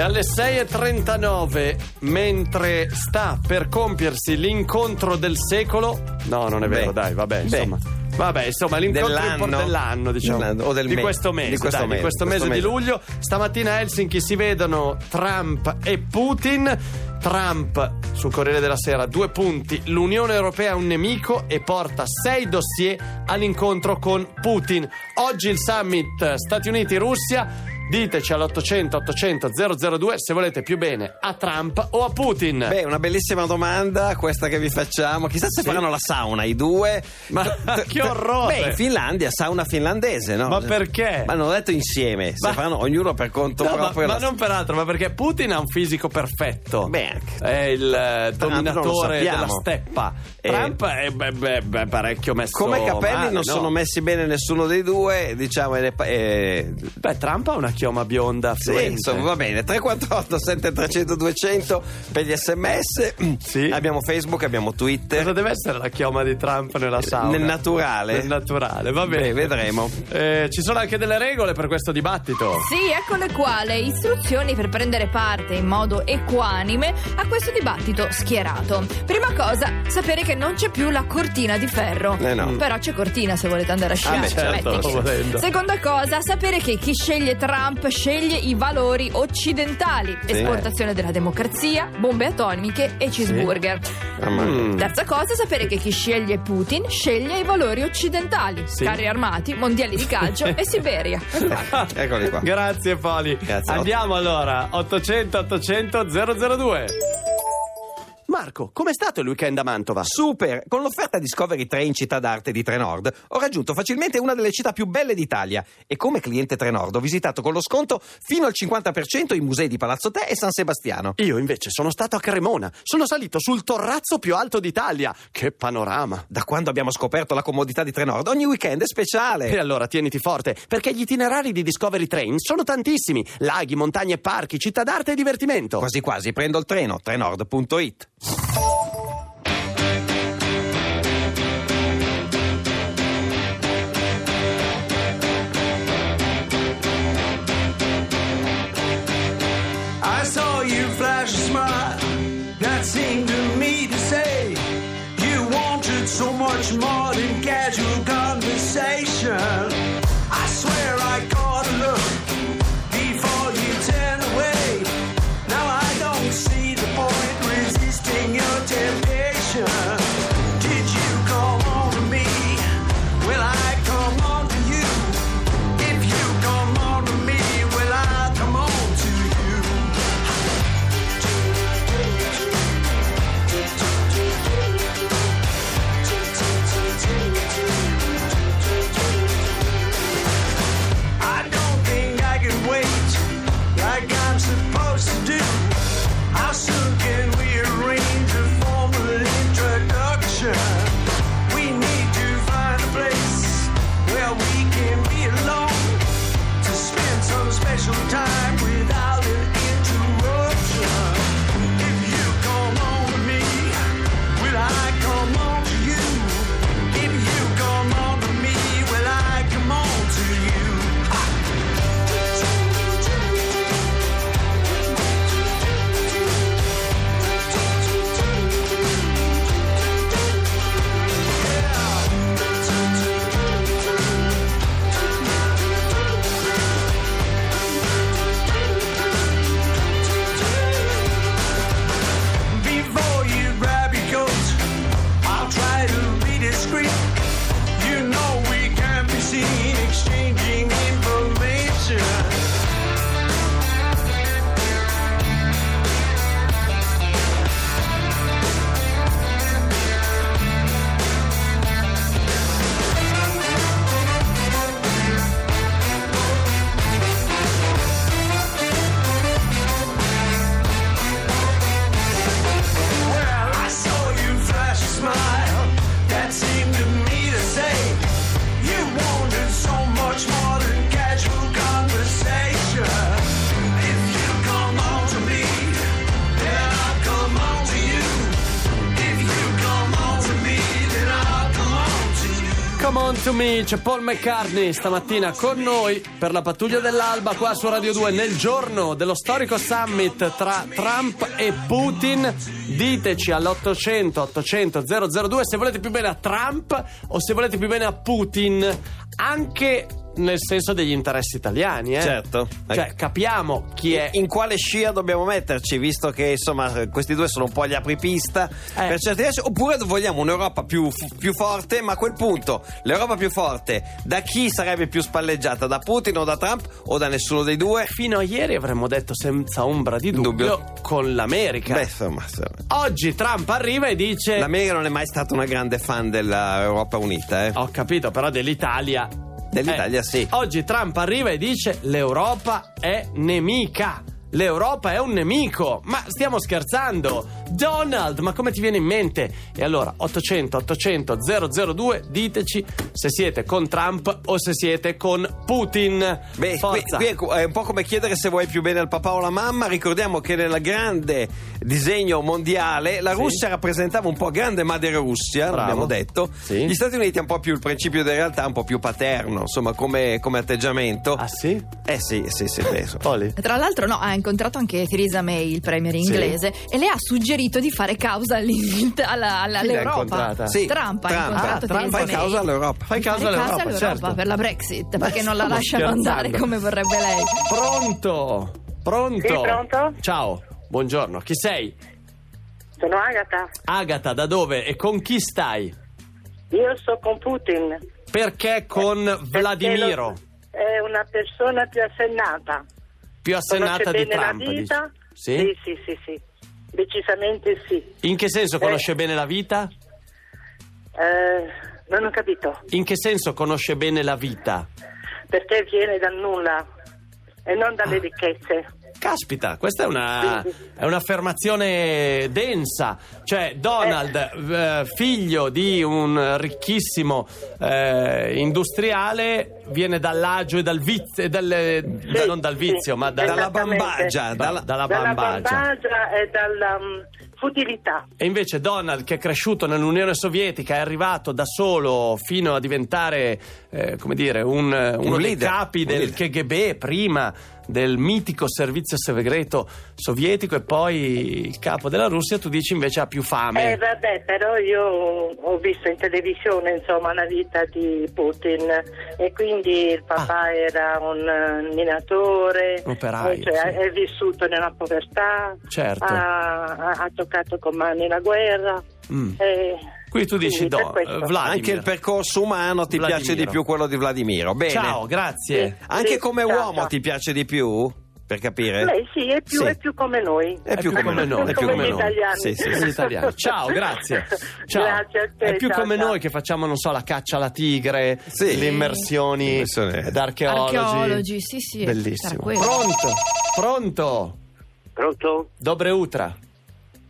Alle 6.39, mentre sta per compiersi l'incontro del secolo. No, non è vero, Beh. dai, vabbè, Beh. insomma. Vabbè, insomma, l'incontro Dell'anno. impor- dell'anno, diciamo, Dell'anno, o del di mese. questo mese, Di questo dai, mese, di questo mese questo di mese. luglio. Stamattina a Helsinki si vedono Trump e Putin. Trump sul Corriere della Sera, due punti. L'Unione Europea è un nemico e porta sei dossier all'incontro con Putin. Oggi il summit Stati Uniti-Russia. Diteci all'800 800 002 se volete più bene a Trump o a Putin. Beh, una bellissima domanda questa che vi facciamo. Chissà se Sì. faranno la sauna i due. Ma Che orrore! Beh, in Finlandia, sauna finlandese, no? Ma perché? Ma hanno detto insieme, se Ma- faranno ognuno per conto No, ma, proprio. ma la- non peraltro, ma perché Putin ha un fisico perfetto. Beh, anche- È il eh, Ah, non lo dominatore sappiamo. della steppa. Eh, Trump è beh, beh, beh, parecchio messo Come capelli male, non no? sono messi bene nessuno dei due, diciamo, e ne pa- e- Beh, Trump ha una chioma bionda Sì, fluente. insomma, va bene. 348 7300 200 per gli sms. Sì. Abbiamo Facebook, abbiamo Cosa Twitter. deve essere la chioma di Trump nella sauna? Nel naturale. Nel naturale, va bene. Beh, vedremo. Eh, ci sono anche delle regole per questo dibattito. Sì, ecco le quale istruzioni per prendere parte in modo equanime a questo dibattito schierato. Prima cosa, sapere che non c'è più la cortina di ferro. Eh no. Però c'è cortina se volete andare a sciare. beh, certo, mettici. volendo. Seconda cosa, sapere che chi sceglie Trump sceglie i valori occidentali, Sì. esportazione della democrazia, bombe atomiche e cheeseburger. Mamma mia. Mm. Terza cosa, sapere che chi sceglie Putin sceglie i valori occidentali, Sì. carri armati, mondiali di calcio e Siberia. Eccoli qua. Grazie Poli. Grazie. Andiamo allora, 800 800 002. Marco, com'è stato il weekend a Mantova? Super! Con l'offerta Discovery 3 in città d'arte di Trenord ho raggiunto facilmente una delle città più belle d'Italia e come cliente Trenord ho visitato con lo sconto fino al 50% i musei di Palazzo Te e San Sebastiano. Io invece sono stato a Cremona, sono salito sul torrazzo più alto d'Italia. Che panorama! Da quando abbiamo scoperto la comodità di Trenord, ogni weekend è E speciale! allora tieniti forte, perché gli itinerari di Discovery Train sono tantissimi: laghi, montagne, parchi, città d'arte e divertimento. Quasi quasi prendo il treno, trenord.it. I saw you flash a smile that seemed to me to say you wanted so much more than casual conversation. I swear I caught a look before you turned away. Now I don't see the point resisting your temptation. Did you come on to me? Will I come on to you? If you come on to me, will I come on to you? I don't think I can wait like I'm supposed to do. How soon can we arrange a formal introduction? We need to find a place where we can be alone to spend some special time without an interruption. If you come on to me, will I come on to you? If you come on to me, will I come on to you? Thank on to me, c'è Paul McCartney stamattina con noi per la pattuglia dell'alba qua su Radio 2 nel giorno dello storico summit tra Trump e Putin. Diteci all'800 800 002 se volete più bene a Trump o se volete più bene a Putin, anche nel senso degli interessi italiani, eh? Certo. Cioè, capiamo chi è In quale scia dobbiamo metterci, visto che insomma questi due sono un po' gli apripista Eh. per certi versi, oppure vogliamo un'Europa più, più forte, ma a quel punto l'Europa più forte da chi sarebbe più spalleggiata? Da Putin o da Trump o da nessuno dei due? fino a ieri avremmo detto senza ombra di dubbio, Dubbio. con l'America. Beh, insomma, insomma. Oggi Trump arriva e dice l'America non è mai stata una grande fan dell'Europa Unita, eh. Ho capito, però dell'Italia. Dell'Italia Eh, sì. Oggi Trump arriva e dice l'Europa è nemica. L'Europa è un nemico. Ma stiamo scherzando. Donald, ma come ti viene in mente? E allora 800 800 002 diteci se siete con Trump o se siete con Putin. Beh, qui, Forza. qui è, co- è un po' come chiedere se vuoi più bene al papà o alla mamma. Ricordiamo che nel grande disegno mondiale la Sì. Russia rappresentava un po' grande madre Russia, Bravo. l'abbiamo detto. Sì. Gli Stati Uniti è un po' più il principio di realtà, un po' più paterno, insomma, come, come atteggiamento. Ah sì? Eh sì, sì, sì, adesso. Poli. Tra l'altro, no, ha incontrato anche Theresa May, il premier inglese, e le ha suggerito di fare causa all'Inghil- alla- alla- Chi l'ha all'Europa. incontrata? Sì, Trump ha Trump. incontrato Ah, Trump Theresa Fai May. causa all'Europa. Fai caso Fare causa all'Europa, certo. per la Brexit, Ma perché non la stiamo lasciano andare scherzando. come vorrebbe lei. Pronto? Pronto? Sì, pronto? Ciao, buongiorno. Chi sei? Sono Agata, Agata, da dove e con chi stai? io sto con Putin. Perché con Vladimiro, Eh, Perché lo- È una persona più assennata. più Conosce assennata di bene Trump? la dici? vita? Sì? sì, sì, sì, sì. Decisamente sì. In che senso conosce Eh. bene la vita? Eh, non ho capito, In che senso conosce bene la vita? perché viene dal nulla e non Ah. dalle ricchezze. Caspita, questa è, una, è un'affermazione densa. Cioè, Donald, eh, figlio di un ricchissimo eh, industriale, viene dall'agio e dal vizio, e dalle- da- Sì, non dal vizio, sì, ma da- Dalla Esattamente. bambagia, dalla, dalla dalla bambagia. bambagia e dalla mm, futilità. E invece Donald, che è cresciuto nell'Unione Sovietica, è arrivato da solo fino a diventare, eh, come dire, un, uno dei leader, capi un del leader. KGB, prima del mitico servizio segreto sovietico e poi il capo della Russia, tu dici invece ha più fame. Eh vabbè, però io ho visto in televisione insomma la vita di Putin e quindi il papà era un eh, minatore, Un Ah. operaio, cioè, sì. è vissuto nella povertà, Certo. ha, ha- ha toccato con mani la guerra. Mm. e Qui tu dici quindi per no, questo. eh, Vladimir. Anche il percorso umano ti Vladimiro. piace di più quello di Vladimiro. Bene. Ciao, grazie. Sì. Anche come Ciao, uomo ciao. ti piace di più? Per capire? Lei sì, è più, Sì. è più come noi. È più come noi, più è più come come gli noi. italiani. Sì, sì, Sì, italiano. Ciao, grazie. Ciao. Grazie a te. È più ciao, come ciao. noi che facciamo, non so, la caccia alla tigre, Sì. le immersioni Immersione. d'archeologi. Archeologi, sì, sì, è tra Bellissimo. quello. Pronto? Pronto? Pronto? Dobre Utra.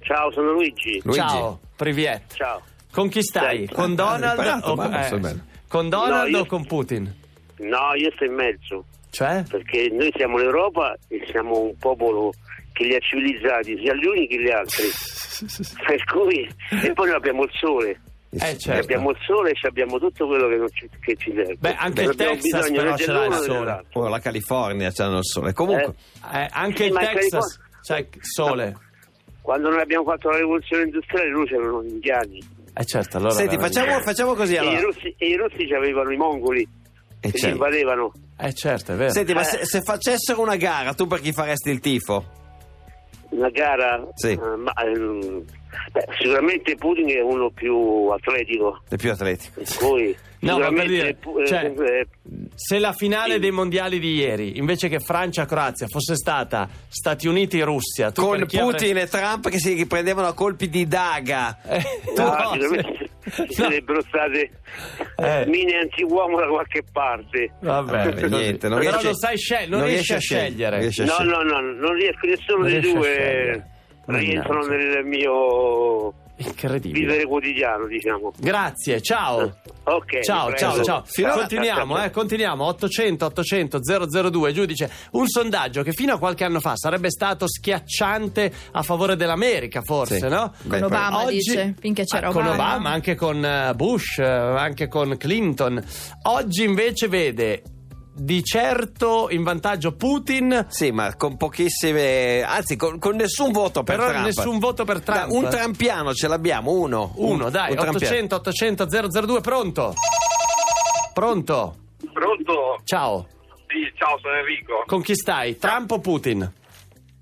Ciao, sono Luigi. Luigi. Ciao, Priviet. Ciao. Con chi stai? Senti. Con Donald Imparato, o ma non so bene. con Donald No, io- o con Putin? No, io sto in mezzo, Cioè? perché noi siamo l'Europa e siamo un popolo che li ha civilizzati, sia gli uni che gli altri. per cui, e poi noi abbiamo il sole. Eh, E certo. Abbiamo il sole e ci abbiamo tutto quello che, non ci, che ci serve. Beh, anche Non il abbiamo Texas bisogno però né ce l'ha il dell'uno né sole. dell'altro. Oh, la California c'hanno il sole. Comunque, Eh, anche Sì, il ma in Texas California- c'è sole. Quando noi abbiamo fatto la rivoluzione industriale, loro c'erano gli indiani. Eh certo, allora senti, veramente- facciamo, facciamo così E, i allora. russi, e i russi ci avevano i mongoli, Eh, che ci certo. invadevano. Eh certo, è vero. Senti, ma se, se facessero una gara, tu per chi faresti il tifo? una gara Sì. eh, ma, ehm, beh, sicuramente Putin è uno più atletico È più atletico. per cui No, ma sicuramente per dire, pu- eh, cioè, eh, se la finale Sì. dei mondiali di ieri, invece che Francia-Croazia, fosse stata Stati Uniti-Russia, tu Con per chi Putin avresti- e Trump che si prendevano a colpi di daga. Eh, no, no, Ah, sicuramente se- ci no. sarebbero state Eh. mine antiuomo da qualche parte Vabbè, Vabbè, niente, non Però riesce- lo sai scel- non, non riesci riesce a a scegliere. scegliere. Riesce a no Sì. no no non riesco Non nessuno dei riesci a due scegliere. rientrano Mannaggia. nel mio Incredibile. vivere quotidiano, diciamo. Grazie, ciao. Ok, ciao, mi ciao, prendo. ciao. Finora- Continuiamo, eh, continuiamo. 800 800 002 giudice. Un sondaggio che fino a qualche anno fa sarebbe stato schiacciante a favore dell'America, forse, Sì. no? Beh, Con Obama. Oggi- dice, finché c'era Ah, con Obama. Obama, anche con eh, Bush, eh, anche con Clinton. Oggi invece vede di certo in vantaggio Putin. Sì, ma con pochissime, anzi, con, con nessun voto per Però Trump. nessun voto per Trump. Da- un trampiano ce l'abbiamo, uno. Uno, Un- dai, un trampiano. 800 800 002 pronto. Pronto. Pronto? Ciao. Sì, ciao, sono Enrico. Con chi stai? Trump o Putin?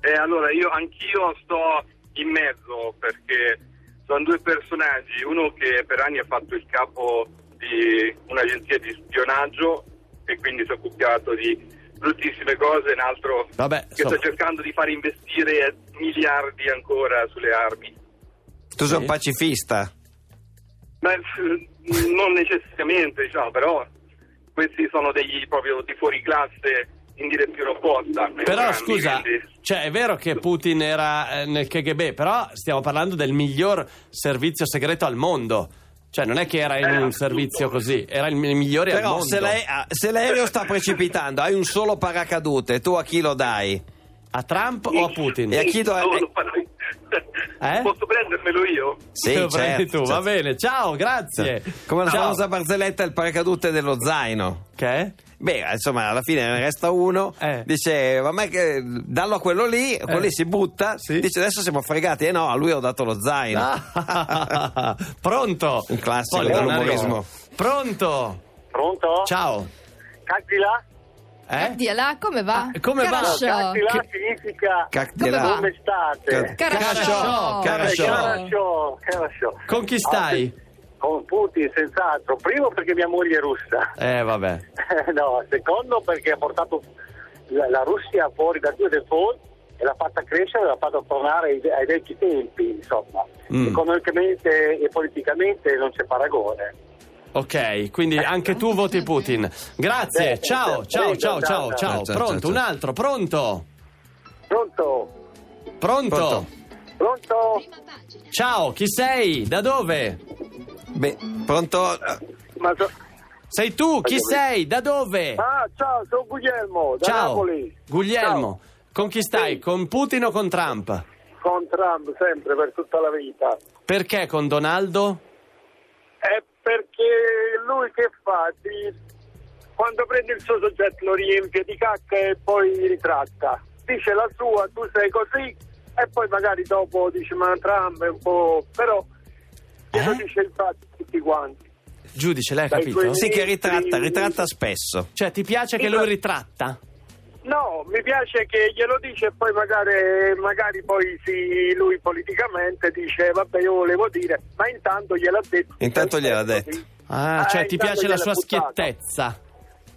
Eh, allora, io anch'io sto in mezzo perché sono due personaggi, uno che per anni ha fatto il capo di un'agenzia di spionaggio e quindi si è occupato di bruttissime cose, un altro Vabbè, che insomma. sta cercando di far investire miliardi ancora sulle armi. Tu sei un Sì. pacifista. Beh, f- mm, non necessariamente, diciamo, però questi sono degli proprio di fuori classe in direzione opposta. Però entrambi, scusa, quindi- cioè è vero che Putin era eh, nel KGB, però stiamo parlando del miglior servizio segreto al mondo. Cioè non è che era in Eh, un servizio appunto. così, era il mi- migliore al Però mondo. se, l'ae- ah, se l'aereo sta precipitando, hai un solo paracadute, tu a chi lo dai? A Trump o a Putin? E a chi do- Solo- Eh? Posso prendermelo io? Sì, Te lo prendi certo, tu, va certo. bene. Ciao, grazie. Come la Ciao. famosa barzelletta, il paracadute dello zaino. Che? Beh, insomma, alla fine ne resta uno. Eh. Dice, vabbè, che dallo a quello lì, quello lì si butta. Sì. Dice, adesso siamo fregati. Eh no, a lui ho dato lo zaino. Ah, pronto? Un classico Poi non dell'umorismo. arrivo. Pronto? Pronto? Ciao. Cacti là? Eh? Oddio, là, come va? Ah, come va? Carascio. Cacti là Che- significa Cac- Come va? come state? Carascio. Carascio. Carascio. Carascio, Carascio. Con chi stai? Ah, Con Putin, senz'altro. Primo perché mia moglie è russa. Eh, vabbè. no, secondo perché ha portato la, la Russia fuori da due default e l'ha fatta crescere, l'ha fatta tornare ai, ai vecchi tempi, insomma. Mm. Economicamente e politicamente non c'è paragone. Ok, quindi anche tu voti Putin. Grazie, Eh, ciao, eh, ciao, prego, ciao, ciao, ciao, ciao. ciao, ciao, Pronto, ciao. un altro, pronto? Pronto? Pronto? Pronto. Pronto? Ciao, chi sei? Da dove? Beh, pronto? Ma so- Sei tu, chi sei? Da dove? Ah, ciao, sono Guglielmo, da Ciao, Napoli. Guglielmo. Con chi stai? Sì. Con Putin o con Trump? Ciao. Con Trump, sempre, per tutta la vita. Perché con Donaldo? È perché lui che fa? Ti- Quando prende il suo soggetto lo riempie di cacca e poi li ritratta. Dice la sua, tu sei così, e poi magari dopo dice ma Trump è un po'... Però glielo Eh? dice il fatto a tutti quanti. Giudice, lei ha Dai, capito? quelli- Sì, che ritratta, ritratta spesso. Cioè, ti piace che lui ritratta? No, mi piace che glielo dice e poi magari, magari poi sì, lui politicamente dice vabbè io volevo dire, ma intanto gliel'ha detto. Intanto gliel'ha detto. Sì. Ah, Eh, cioè, ti intanto piace la gliel'ha sua buttato. schiettezza.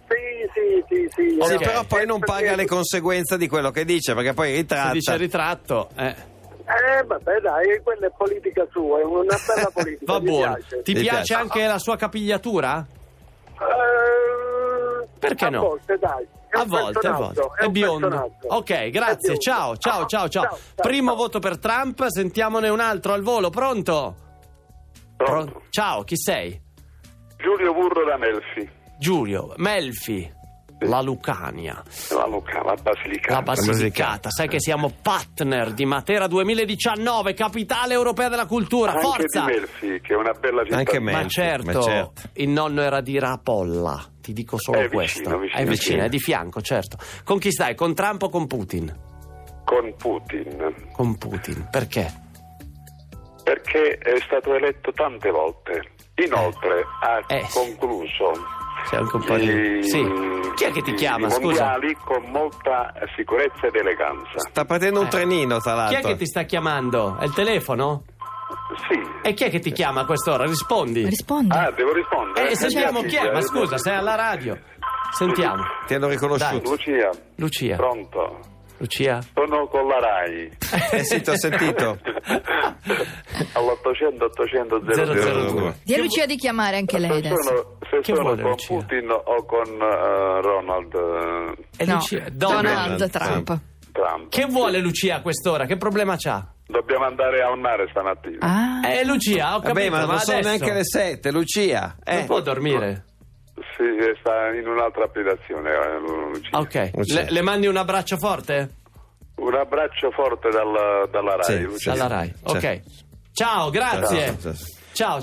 Sì, sì, sì, sì. Ok. Sì, Eh, però poi non perché- paga le conseguenze di quello che dice, perché poi Si dice ritratta. ritratto. Eh. Eh, vabbè dai, quella è politica sua, è una bella politica. Va mi buono. piace. Ti Mi piace piace. anche la sua capigliatura? Eh, Perché a no? volte dai. È A un volte, a personaggio, volte. È, un biondo. personaggio. Ok, È grazie. biondo. Ciao, ciao, ciao, ciao. Primo voto per Trump, sentiamone un altro al volo. Pronto? Pron- Ciao, chi sei? Giulio Burro da Melfi, Giulio, Melfi, la Lucania, la Luca, la Basilicata. la Basilicata. Sai che siamo partner di Matera 2019, capitale europea della cultura. Anche Forza! di Melfi, che è una bella città. Anche me. Ma Melfi, certo, ma certo. il nonno era di Rapolla, ti dico solo È vicino, questo. vicino, è vicino, vicino. è di fianco, certo. Con chi stai? Con Trump o con Putin? Con Putin, Con Putin, perché? perché è stato eletto tante volte. Inoltre ha Eh, sì. concluso C'è anche un po' di... i- Sì. Chi è che ti i chiama, scusa? mondiali con molta sicurezza ed eleganza. Sta partendo un trenino, tra Eh. Chi l'altro. è che ti sta chiamando? È il telefono? Sì. E chi è che ti chiama a quest'ora? Rispondi. Rispondi. Ah, devo rispondere? Eh, sentiamo chi è, ma scusa, sei alla radio. Sentiamo. Ti hanno riconosciuto. Lucia, Lucia. pronto? Lucia. Sono con la RAI. Eh sì, ti ho sentito. all'800 800 002. Dia Lucia di chiamare anche lei se adesso. sono, se Chi sono vuole, con Lucia? Putin o con eh, Ronald eh, E No, Lucia. Donald. Donald Trump. Trump Che vuole Lucia a quest'ora? Che problema c'ha? Dobbiamo andare a un mare stamattina. Ah. Eh, Lucia, ho capito. Vabbè, ma non sono adesso neanche le sette, Lucia. Non Eh. può dormire. Sì, sta in un'altra applicazione. eh, Lucia. Ah, ok. Lucia. Le, le mandi un abbraccio forte? Un abbraccio forte dal- dalla RAI. Sì, Lucia. sì. Dalla Rai. Ok. Ciao, grazie. Ciao, ciao,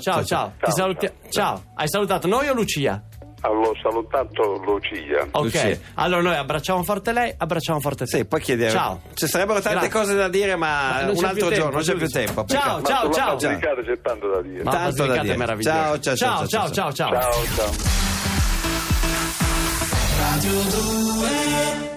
Ciao, ciao, ciao. Ti Ciao, saluti- ciao. ciao. Hai salutato noi o Lucia? Allora, salutato Lucia. Ok. Lucia. Allora noi abbracciamo forte lei, abbracciamo forte te. Sì, poi chiediamo. Ciao. Ci sarebbero tante Grazie. cose da dire, Ma ma, non c'è un più altro tempo, giorno, non c'è più Giudice. tempo. Ciao, Peccato. ciao, Sulla ciao. Basilicata c'è tanto da dire. Ma Tanto da Basilicata dire. è meravigliosa. Ciao, ciao, ciao, ciao, ciao, ciao, ciao. Ciao, ciao.